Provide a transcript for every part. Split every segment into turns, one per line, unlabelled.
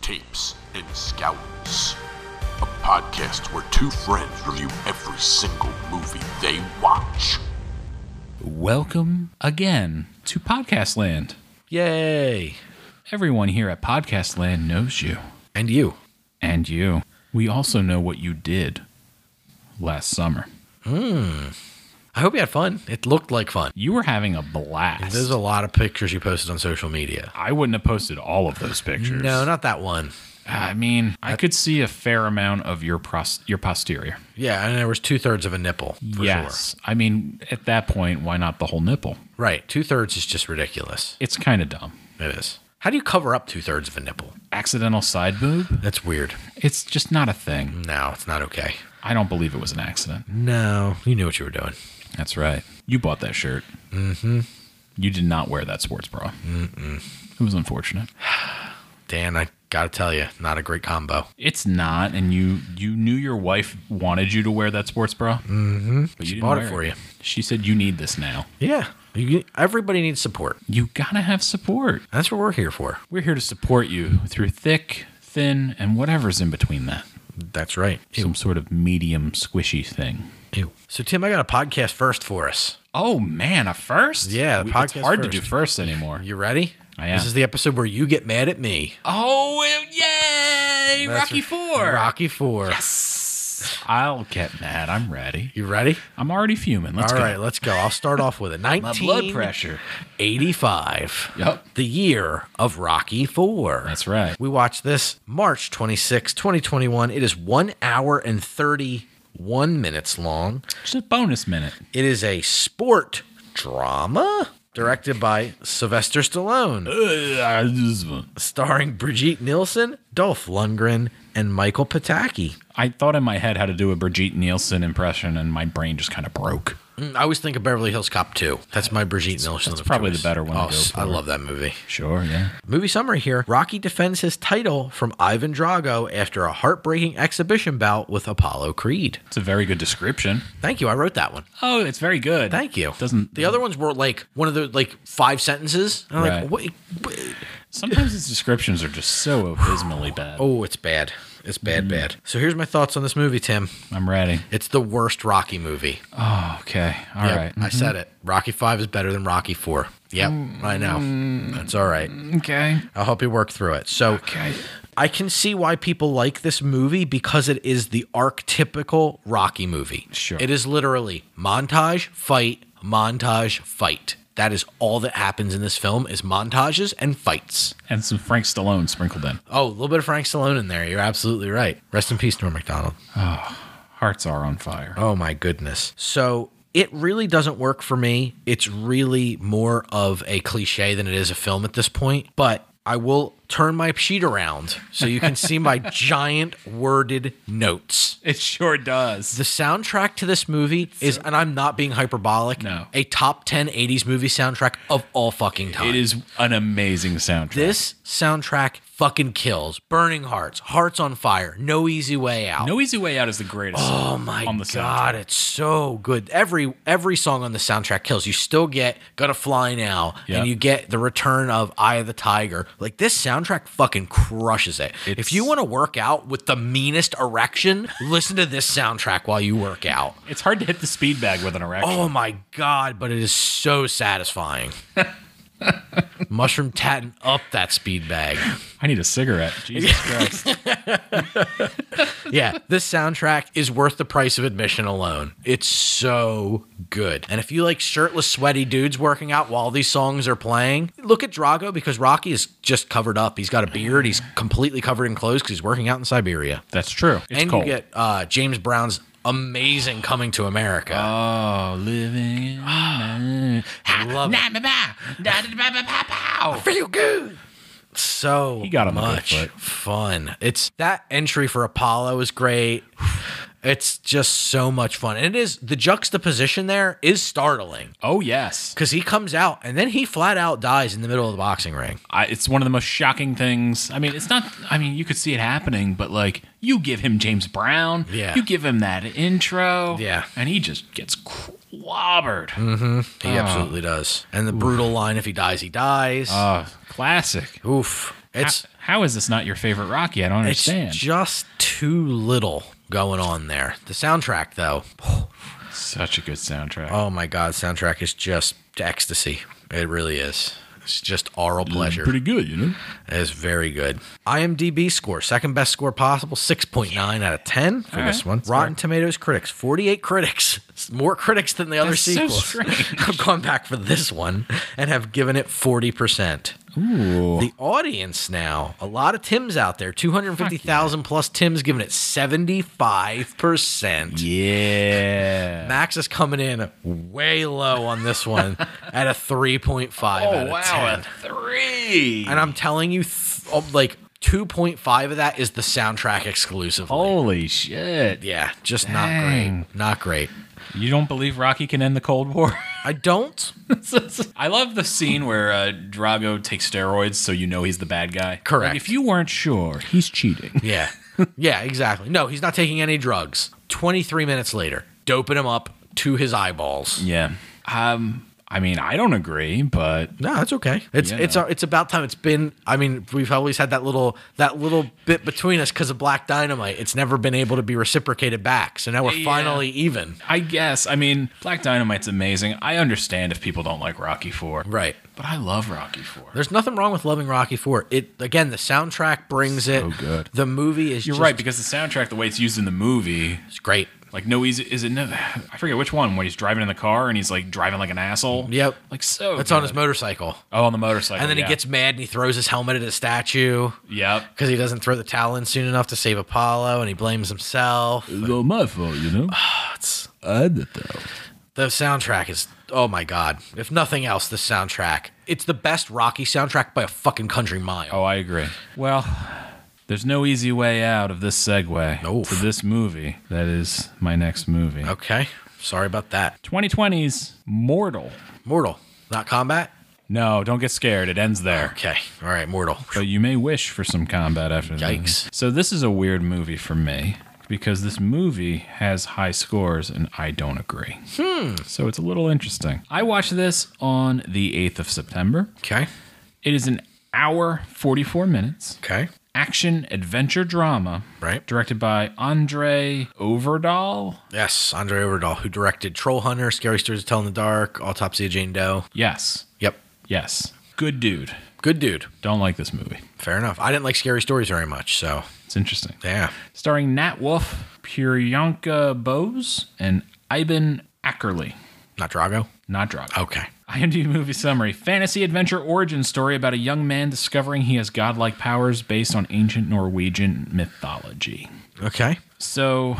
Tapes, and Scouts. A podcast where two friends review every single movie they watch.
Welcome again to Podcast Land.
Yay.
Everyone here at Podcast Land knows you
And you.
and you. We also know what you did last summer.
I hope you had fun. It looked like fun.
You were having a blast.
There's a lot of pictures you posted on social media.
I wouldn't have posted all of those pictures.
No, not that one.
I mean, I could see a fair amount of your pros- your posterior.
Yeah, and there was two thirds of a nipple for sure.
yes. I mean, at that point, why not the whole nipple?
Right. Two thirds is just ridiculous.
It's kind of dumb.
It is. How do you cover up two thirds of a nipple?
Accidental side boob?
That's weird.
It's just not a thing.
No, it's not okay.
I don't believe it was an accident.
No, you knew what you were doing.
That's right. You bought that shirt. Mm-hmm. You did not wear that sports bra. Mm-mm. It was unfortunate.
Dan, I gotta tell you, not a great combo.
It's not, and you you knew your wife wanted you to wear that sports bra. Mm-hmm. But you
She
didn't
bought it
wear
for you.
She said you need this now.
Yeah, you, everybody needs support.
You gotta have support.
That's what we're here for.
We're here to support you through thick, thin, and whatever's in between that.
That's right.
Some sort of medium squishy thing.
Ew. So, Tim, I got a podcast first for us.
Oh man, a first?
Yeah,
We- it's
podcast
hard to
first.
do first anymore.
You ready?
I am.
This is the episode where you get mad at me.
Oh yay!
That's
Rocky
right.
Four.
Rocky Four.
I'll get mad. I'm ready.
You ready?
I'm already fuming. Let's
All
go.
right, let's go. I'll start off with it.
My
1985.
blood pressure. Yep.
The year of Rocky Four.
That's right.
We watched this March 26, 2021. It is one hour and 31 minutes long.
Just a bonus minute.
It is a sport drama directed by Sylvester Stallone. starring Brigitte Nielsen, Dolph Lundgren, and Michael Pataki.
I thought in my head how to do a Brigitte Nielsen impression, and my brain just kind of broke.
Mm, I always think of Beverly Hills Cop 2. That's my Brigitte Nielsen. That's
probably the better one to
Oh,
go
s- I
for.
love that movie.
Sure, yeah.
Movie summary here Rocky defends his title from Ivan Drago after a heartbreaking exhibition bout with Apollo Creed.
It's a very good description.
Thank you. I wrote that one.
Oh, it's very good.
Thank you.
Doesn't
the other ones were like one of the like five sentences? And I'm
Right.
like, wait, wait.
sometimes its descriptions are just so abysmally bad.
oh, it's bad. It's bad,
Mm.
bad. So here's my thoughts on this movie, Tim.
I'm ready.
It's the worst Rocky movie.
Oh, okay. All
Yep,
right. Mm-hmm.
I said it. Rocky Five is better than Rocky Four. Yep, I know. That's all right.
Okay.
I'll help you work through it. So,
Mm. Okay.
I can see why people like this movie because it is the archetypical Rocky movie.
Sure.
It is literally montage, fight, montage, fight. That is all that happens in this film is montages and fights.
And some Frank Stallone sprinkled in.
Oh, a little bit of Frank Stallone in there. You're absolutely right. Rest in peace, Norm Macdonald.
Hearts are on fire.
Oh my goodness. So it really doesn't work for me. It's really more of a cliche than it is a film at this point, but I will turn my sheet around so you can see my giant worded notes.
It sure does.
The soundtrack to this movie is, and I'm not being hyperbolic,
No.
a top 10 80s movie soundtrack of all fucking time.
It is an amazing soundtrack.
This soundtrack fucking kills. Burning Hearts, Hearts on Fire, No Easy Way Out.
No Easy Way Out is the greatest.
Oh my
on the
god, it's so good. Every every song on the soundtrack kills. You still get "Gotta Fly Now,"
Yeah.
and you get the return of "Eye of the Tiger." Like this soundtrack fucking crushes it.
It's-
if you want to work out with the meanest erection, listen to this soundtrack while you work out.
It's hard to hit the speed bag with an erection.
Oh my god, but it is so satisfying. Mushroom tatting up that speed bag.
I need a cigarette. Jesus Christ.
yeah, this soundtrack is worth the price of admission alone. It's so good. And if you like shirtless, sweaty dudes working out while these songs are playing, look at Drago because Rocky is just covered up. He's got a beard. He's completely covered in clothes because he's working out in Siberia.
That's true. It's
and
cold.
you get uh, James Brown's amazing Coming to America. Ah.
oh, living. in a-
love it.
Na- ba- ba- da- da- ba- ba- ba- pow.
feel good. So
got him a good
much
foot.
fun. It's that entry for Apollo is great. It's just so much fun. And it is the juxtaposition there is startling
Oh yes,
because he comes out and then he flat out dies in the middle of the boxing ring.
I, it's one of the most shocking things. I mean, it's not. I mean, you could see it happening, but like, you give him James Brown.
Yeah.
You give him that intro.
Yeah. Hmm.
And he just gets clobbered. Ah.
He absolutely does. And the brutal line if he dies, he dies.
Uh, classic.
Oof. It's
How is this not your favorite Rocky? I don't
it's
understand.
just too little going on there. The soundtrack though,
Such a good soundtrack.
oh my god, soundtrack is just ecstasy. It really is. It's just oral pleasure.
Pretty good, you know.
It's very good. IMDb score, second best score possible, 6.9 out of 10 for
All right.
this one. Rotten Tomatoes critics, 48 critics. It's more critics than the other
That's so
sequels.
strange.
I've gone back for this one and have given it 40%.
Ooh.
The audience now, a lot of Tims out there, 250,000 plus Tims giving it 75%.
yeah.
Max is coming in way low on this one at a 3.5 out of 10.
Oh, three.
And I'm telling you, th- oh, like 2.5 of that is the soundtrack exclusively.
Holy shit.
Yeah, just
Oh. Dang.
not great. Not great.
You don't believe Rocky can end the Cold War?
I don't.
I love the scene where uh, Drago takes steroids so you know he's the bad guy. Like,
Correct.
if you weren't sure, he's cheating.
Yeah. Yeah, exactly. No, he's not taking any drugs. 23 minutes later, doping him up to his eyeballs.
yeah. Um, I mean, I don't agree, but
No, that's okay. It's
Yeah.
it's it's about time. It's been. I mean, we've always had that little that little bit between us because of Black Dynamite. It's never been able to be reciprocated back. So now we're
Yeah.
finally even.
I guess. I mean, Black Dynamite's amazing. I understand if people don't like Rocky 4.
Right.
But I love Rocky 4.
There's nothing wrong with loving Rocky Four. It again, the soundtrack brings it.
good.
The movie is
You're
just-
right because the soundtrack, the way it's used in the movie,
It's great.
like no easy is it no I forget which one when he's driving in the car and he's like driving like an asshole.
Yep.
Like so.
It's
good.
on his motorcycle,
Oh, on the motorcycle.
and then
yeah.
he gets mad and he throws his helmet at a statue
Yep.
because he doesn't throw the towel in soon enough to save Apollo, and he blames himself.
It's my fault, you know.
It's-
I did though.
The soundtrack is oh my god! If nothing else, the soundtrack. It's the best Rocky soundtrack by a fucking country mile.
Oh, I agree. Well, there's no easy way out of this segue
Oof.
to this movie. That is my next movie.
Okay, sorry about that.
2020's Mortal.
Mortal, not combat.
No, don't get scared. It ends there.
Okay, all right, Mortal.
But you may wish for some combat after that.
Yikes.
So this is a weird movie for me because this movie has high scores and I don't agree. Hmm. So it's a little interesting. I watched this on the 8th of September.
Okay,
It is an hour 44 minutes.
okay,
action adventure drama
right.
directed by Andre Overdahl.
Yes, Andre Overdahl, who directed Troll Hunter, Scary Stories to Tell in the Dark, Autopsy of Jane Doe.
Yes.
Yep,
Yes. Good dude.
good dude.
Don't like this movie.
Fair enough. I didn't like Scary Stories very much, so
It's interesting.
yeah.
Starring Nat Wolf, Puryanka Bose, and Ivan Ackerley.
Not Drago.
Not Drago.
Okay.
IMDb movie summary: Fantasy adventure origin story about a young man discovering he has godlike powers based on ancient Norwegian mythology.
Okay.
So,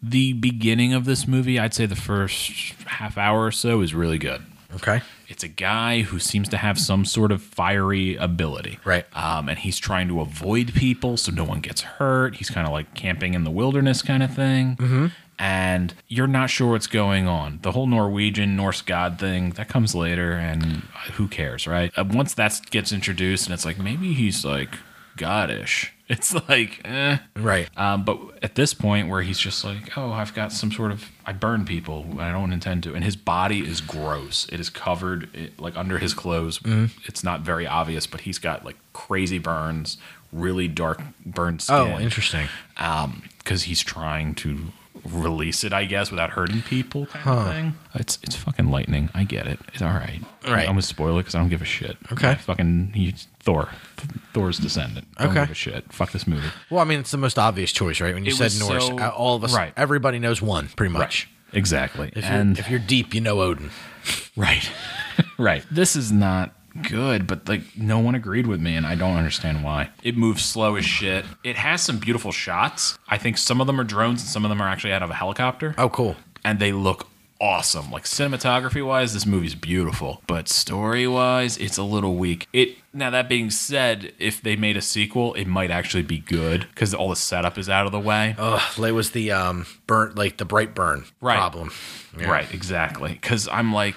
the beginning of this movie, I'd say the first half hour or so, is really good.
Okay.
It's a guy who seems to have some sort of fiery ability.
Right.
Um, and he's trying to avoid people so no one gets hurt. He's kind of like camping in the wilderness kind of thing. Mm-hmm. And you're not sure what's going on. The whole Norwegian Norse god thing, that comes later, and who cares, right? Uh, once that gets introduced, and it's like, maybe he's like godish. It's like, eh.
Right.
Um, but at this point, where he's just like, "Oh, I've got some sort of I burn people. I don't intend to," and his body is gross. It is covered it, like under his clothes.
Mm-hmm.
It's not very obvious, but he's got like crazy burns, really dark burned skin.
Oh, interesting.
because he's trying to release it, I guess, without hurting people, kind of thing. It's it's fucking lightning. I get it. It's all right.
Right.
I'm gonna spoil it because I don't give a shit.
Okay.
Fucking he's Thor, Thor's descendant. Don't
Okay.
give a shit. Fuck this movie.
Well, I mean, it's the most obvious choice, right? When you
It
said
was
Norse,
so-
uh, all of us,
right.
everybody knows one, pretty much.
Exactly.
If,
and
you're, if you're deep, you know Odin.
Right. right. This is not good, but like no one agreed with me and I don't understand why. It moves slow as shit. It has some beautiful shots. I think some of them are drones and some of them are actually out of a helicopter.
Oh, cool.
And they look awesome. Like cinematography wise, this movie's beautiful, but story wise, it's a little weak. It now that being said, if they made a sequel, it might actually be good because all the setup is out of the way.
Ugh, it was the um burnt, like the bright burn
Right.
problem. Yeah.
Right, exactly. Because I'm like,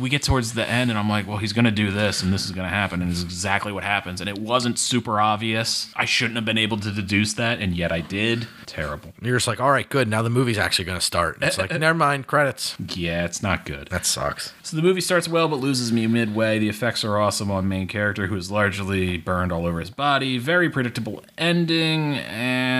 we get towards the end and I'm like, well, he's going to do this and this is going to happen. And it's exactly what happens. And it wasn't super obvious. I shouldn't have been able to deduce that. And yet I did. Terrible.
You're just like, all right, good. Now the movie's actually going to start. And it's
Eh,
like, never mind, credits.
Yeah, it's not good.
That sucks.
So the movie starts well, but loses me midway. The effects are awesome on main character, who is largely burned all over his body. Very predictable ending,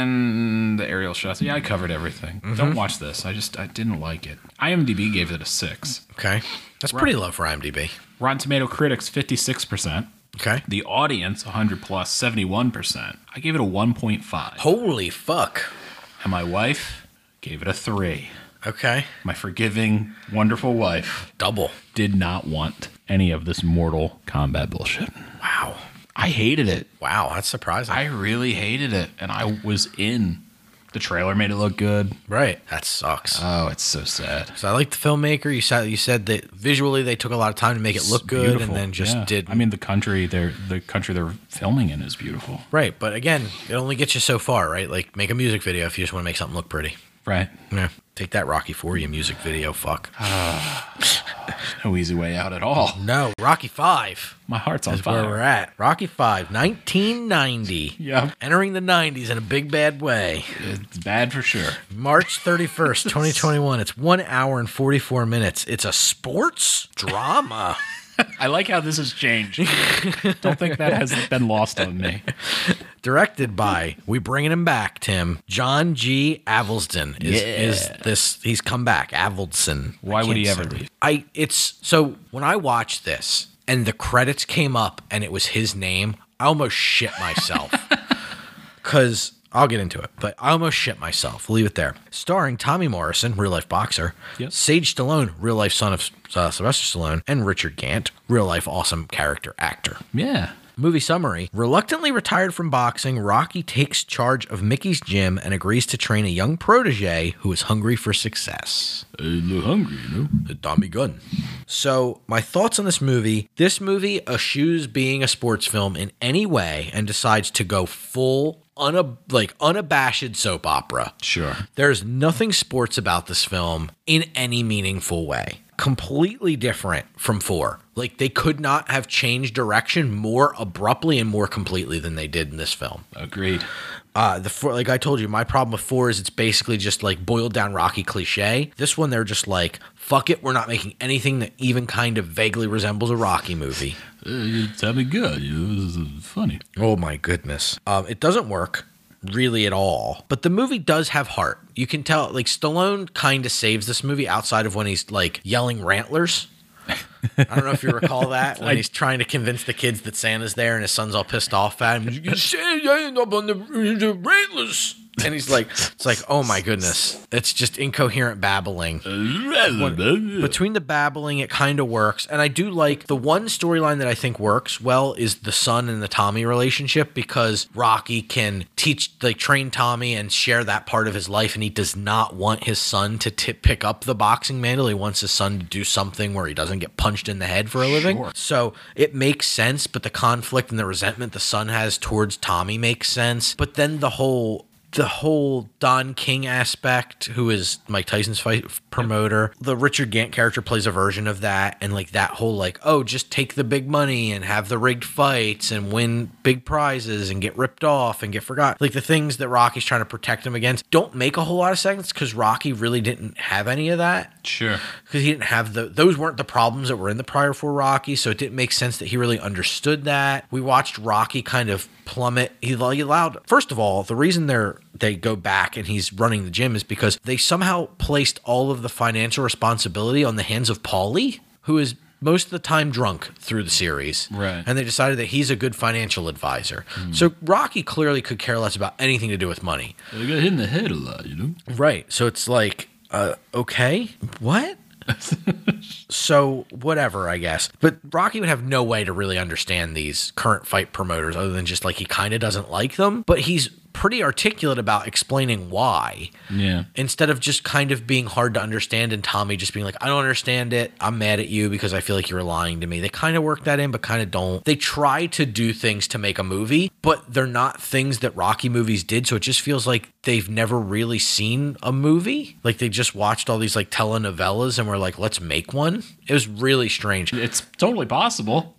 and the aerial shots. Yeah, I covered everything. Don't watch this. I just I didn't like it. IMDb gave it a six.
Okay. That's pretty low for IMDb.
Rotten Tomato critics fifty six percent.
Okay.
The audience 100 plus 71 percent. I gave it a 1.5,
Holy fuck.
and my wife gave it a three.
Okay.
My forgiving, wonderful wife
Double.
did not want any of this Mortal Kombat bullshit.
Wow.
I hated it.
Wow. That's surprising.
I really hated it, and I was in. The trailer made it look good.
right. That sucks.
Oh, it's so sad.
so I like the filmmaker. You said you said that visually they took a lot of time to make it look good, and then just did.
I mean, the country they're the country they're filming in is beautiful,
right. But again, it only gets you so far, right? Like make a music video if you just want to make something look pretty.
right?
Yeah. Take that Rocky for you music video. Fuck.
Ah. No easy way out at all.
No, Rocky Five
My heart's on
is where we're
fire.
at. Rocky Five, 1990.
Yeah.
Entering the 90s in a big bad way.
It's bad for sure.
March 31st, 2021. It's one hour and 44 minutes. It's a sports drama.
I like how this has changed. Don't think that has been lost on me.
Directed by, we bringing him back, Tim. John G. Avildsen is, is this. He's come back. Avildsen. I
Why would
can't
he
say
ever
it.
leave?
I it's so when I watched this and the credits came up and it was his name, I almost shit myself. Cause I'll get into it, but I almost shit myself. Leave it there. Starring Tommy Morrison, real life boxer,
Yep.
Sage Stallone, real life son of uh, Sylvester Stallone, and Richard Gant, real life awesome character actor.
Yeah.
Movie summary Reluctantly retired from boxing, Rocky takes charge of Mickey's gym and agrees to train a young protege who is hungry for success.
little hungry, Uh, you know.
The Tommy Gun. So, my thoughts on this movie this movie eschews being a sports film in any way and decides to go full, unab- like unabashed soap opera.
Sure.
There's nothing sports about this film in any meaningful way. Completely different from four. Like they could not have changed direction more abruptly and more completely than they did in this film.
Agreed.
Uh, the four, like I told you, my problem with four is it's basically just like boiled down Rocky cliche. This one, they're just like, fuck it, we're not making anything that even kind of vaguely resembles a Rocky movie.
Uh, Tell me good. You know, this is funny.
Oh my goodness. Um, it doesn't work really at all. But the movie does have heart. You can tell, like, Stallone kind of saves this movie outside of when he's, like, yelling rantlers. I don't know if you recall that when he's trying to convince the kids that Santa's there and his son's all pissed off at him. You Santa ain't up on the, the rantlers. And he's like, it's like, oh my goodness. It's just incoherent babbling
Uh,
between the babbling it kind of works and i do like the one storyline that i think works well is the son and the tommy relationship because rocky can teach like train tommy and share that part of his life and he does not want his son to t- pick up the boxing mantle he wants his son to do something where he doesn't get punched in the head for a living so it makes sense but the conflict and the resentment the son has towards tommy makes sense but then the whole the whole Don King aspect, who is Mike Tyson's fight promoter, the Richard Gant character plays a version of that, and like that whole like, oh, just take the big money and have the rigged fights and win big prizes and get ripped off and get forgot. Like the things that Rocky's trying to protect him against don't make a whole lot of sense because Rocky really didn't have any of that
Sure.
because he didn't have the those weren't the problems that were in the prior four Rocky, so it didn't make sense that he really understood that. We watched Rocky kind of plummet. He, he allowed first of all the reason they're they go back and he's running the gym is because they somehow placed all of the financial responsibility on the hands of Paulie, who is. Most of the time, drunk through the series,
Right.
And they decided that he's a good financial advisor. So Rocky clearly could care less about anything to do with money.
I got hit in the head a lot, you know.
Right. So it's like, uh, okay, what? so whatever, I guess. But Rocky would have no way to really understand these current fight promoters other than just like he kind of doesn't like them, but he's pretty articulate about explaining why
Yeah.
instead of just kind of being hard to understand and Tommy just being like, I don't understand it. I'm mad at you because I feel like you're lying to me. They kind of work that in, but kind of don't. They try to do things to make a movie, but they're not things that Rocky movies did. So it just feels like they've never really seen a movie. Like they just watched all these like telenovelas and were like, let's make one. It was really strange.
It's totally possible.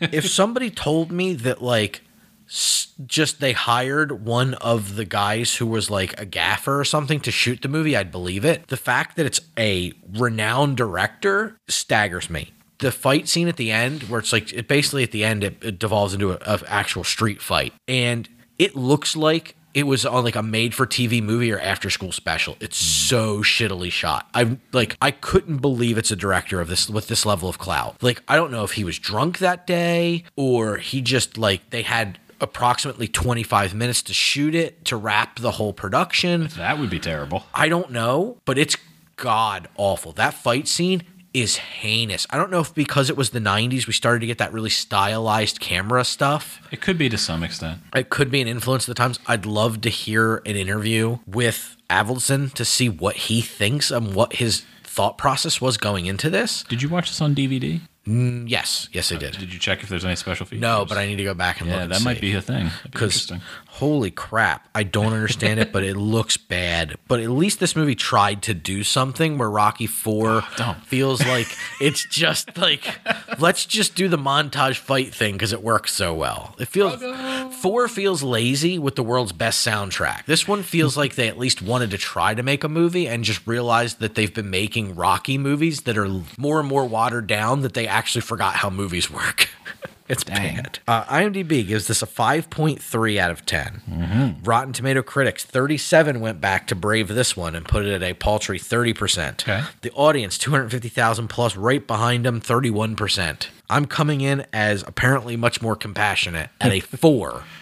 if somebody told me that like s- just they hired one of the guys who was like a gaffer or something to shoot the movie i'd believe it the fact that it's a renowned director staggers me the fight scene at the end where it's like it basically at the end it, it devolves into an actual street fight and it looks like it was on like a made for TV movie or after school special. It's so shittily shot. I like I couldn't believe it's a director of this with this level of clout. Like I don't know if he was drunk that day or he just like they had approximately 25 minutes to shoot it to wrap the whole production.
that would be terrible.
I don't know, but it's god awful. That fight scene is heinous. I don't know if because it was the 90s we started to get that really stylized camera stuff.
It could be to some extent.
It could be an influence of the times. I'd love to hear an interview with Avildsen to see what he thinks and what his thought process was going into this.
Did you watch this on DVD?
Mm, Yes, yes, I did.
Did you check if there's any special features?
No, but I need to go back and look.
Yeah,
and
that might
see.
be a thing. That'd be
because
interesting.
holy crap, I don't understand it, but it looks bad. But at least this movie tried to do something where Rocky Four
Oh, don't.
feels like it's just like let's just do the montage fight thing because it works so well. It feels
Oh,
four feels lazy with the world's best soundtrack. This one feels like they at least wanted to try to make a movie and just realized that they've been making Rocky movies that are more and more watered down that they actually forgot how movies work. It's bad. Uh, IMDb gives this a 5.3 out of 10. Rotten Tomato critics, 37 went back to brave this one and put it at a paltry 30%.
Okay.
The audience, 250,000 plus, right behind them, 31%. I'm coming in as apparently much more compassionate at a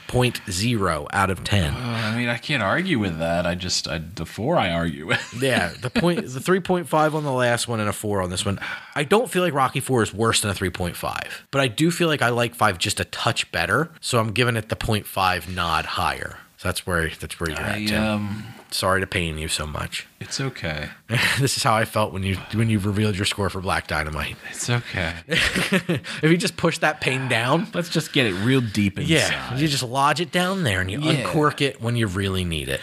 4.0 out of 10.
Uh, I mean, I can't argue with that. I just, I, the four I argue with.
Yeah, the point, the 3.5 on the last one and a 4 on this one. I don't feel like Rocky 4 is worse than a 3.5, but I do feel like I like 5 just a touch better. So I'm giving it the 0.5 nod higher. So that's where that's where you're at,
I,
Tim.
um,
Sorry to pain you so much.
it's okay.
this is how I felt when you when you revealed your score for Black Dynamite.
It's okay.
if you just push that pain down,
Let's just get it real deep inside.
yeah, you just lodge it down there and you
Yeah.
uncork it when you really need it.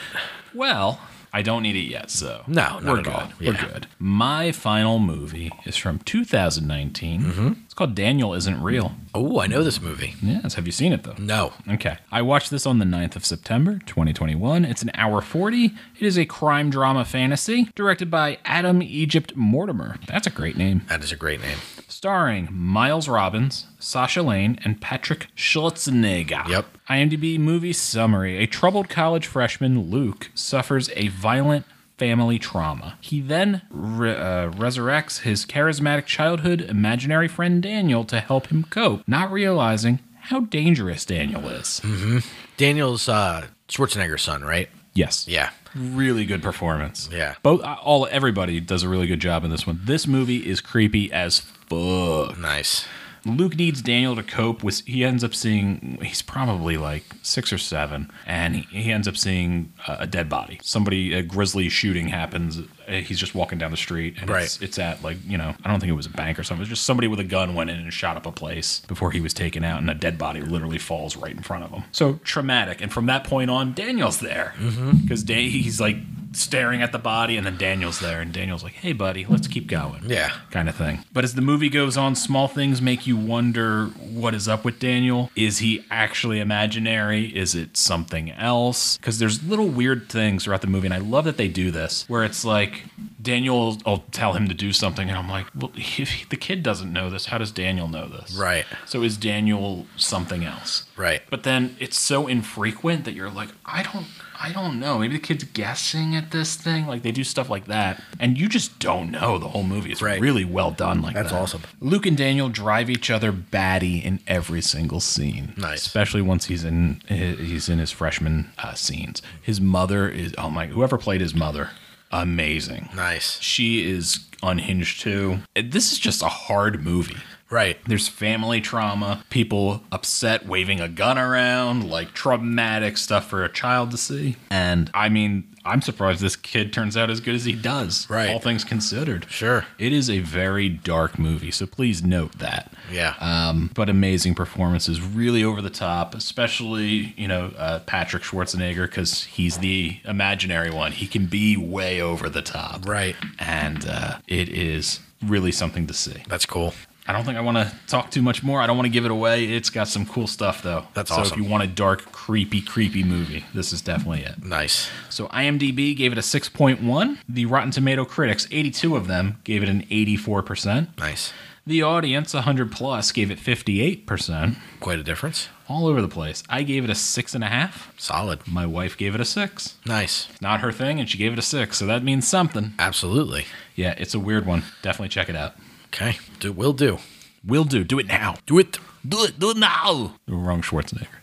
Well, I don't need it yet, so.
No, not
we're
at
good.
all.
We're
Yeah.
good. My final movie is from 2019.
Mm-hmm.
It's called Daniel Isn't Real.
Oh, I know this movie.
Yes. Have you seen it, though?
No.
Okay. I watched this on the 9th of September, 2021. It's an hour 40. It is a crime drama fantasy directed by Adam Egypt Mortimer. That's a great name.
That is a great name.
Starring Miles Robbins, Sasha Lane, and Patrick Schwarzenegger.
Yep.
IMDb movie summary A troubled college freshman, Luke, suffers a violent family trauma. He then re- uh, resurrects his charismatic childhood imaginary friend Daniel to help him cope, not realizing how dangerous Daniel is.
Hmm. Daniel's uh, Schwarzenegger's son, right?
Yes.
Yeah.
Really good performance.
Yeah.
Both uh, all everybody does a really good job in this one. This movie is creepy as fuck.
Nice.
Luke needs Daniel to cope with. He ends up seeing. He's probably like six or seven, and he, he ends up seeing a, a dead body. Somebody, a grisly shooting happens. Uh, He's just walking down the street, and it's,
Right.
it's at like you know, I don't think it was a bank or something. It was just somebody with a gun went in and shot up a place before he was taken out, and a dead body literally falls right in front of him. So traumatic. And from that point on, Daniel's there because he's like staring at the body, and then Daniel's there, and Daniel's like, "Hey, buddy, let's keep going."
Yeah.
kind of thing. But as the movie goes on, small things make you wonder what is up with Daniel. Is he actually imaginary? Is it something else? Because there's little weird things throughout the movie, and I love that they do this, where it's like Daniel will I'll tell him to do something, and I'm like, well, if he- the kid doesn't know this, how does Daniel know this?
Right.
So is Daniel something else?
Right.
But then it's so infrequent that you're like, I don't I don't know. Maybe the kid's guessing at this thing. Like they do stuff like that. And you just don't know the whole movie. It's
Right.
really well done like
That's
that.
awesome.
Luke and Daniel drive each other batty in every single scene.
Nice.
Especially once he's in he's in his freshman uh, scenes. His mother is oh my whoever played his mother, amazing.
Nice.
She is Unhinged 2. This is just a hard movie.
Right.
There's family trauma, people upset waving a gun around, like traumatic stuff for a child to see. And I mean, I'm surprised this kid turns out as good as he does,
Right.
all things considered.
Sure.
It is a very dark movie, so please note that.
Yeah.
Um, but amazing performances, really over the top, especially you know uh, Patrick Schwarzenegger because he's the imaginary one. He can be way over the top,
Right.
And uh, it is really something to see.
That's cool.
I don't think I want to talk too much more. I don't want to give it away. It's got some cool stuff though.
That's
so
awesome.
if you want a dark, creepy, creepy movie, this is definitely it.
Nice.
So IMDb gave it a 6.1. The Rotten Tomato critics, 82 of them, gave it an 84%.
Nice.
The audience, 100 plus, gave it 58%.
Quite a difference.
All over the place. I gave it a six and a half.
Solid.
My wife gave it a six.
Nice.
Not her thing, and she gave it a six, so that means something.
Absolutely.
Yeah, it's a weird one. Definitely check it out.
Okay. Do will do.
Will do. Do it now.
Do it.
Do it. Do it now. Wrong Schwarzenegger.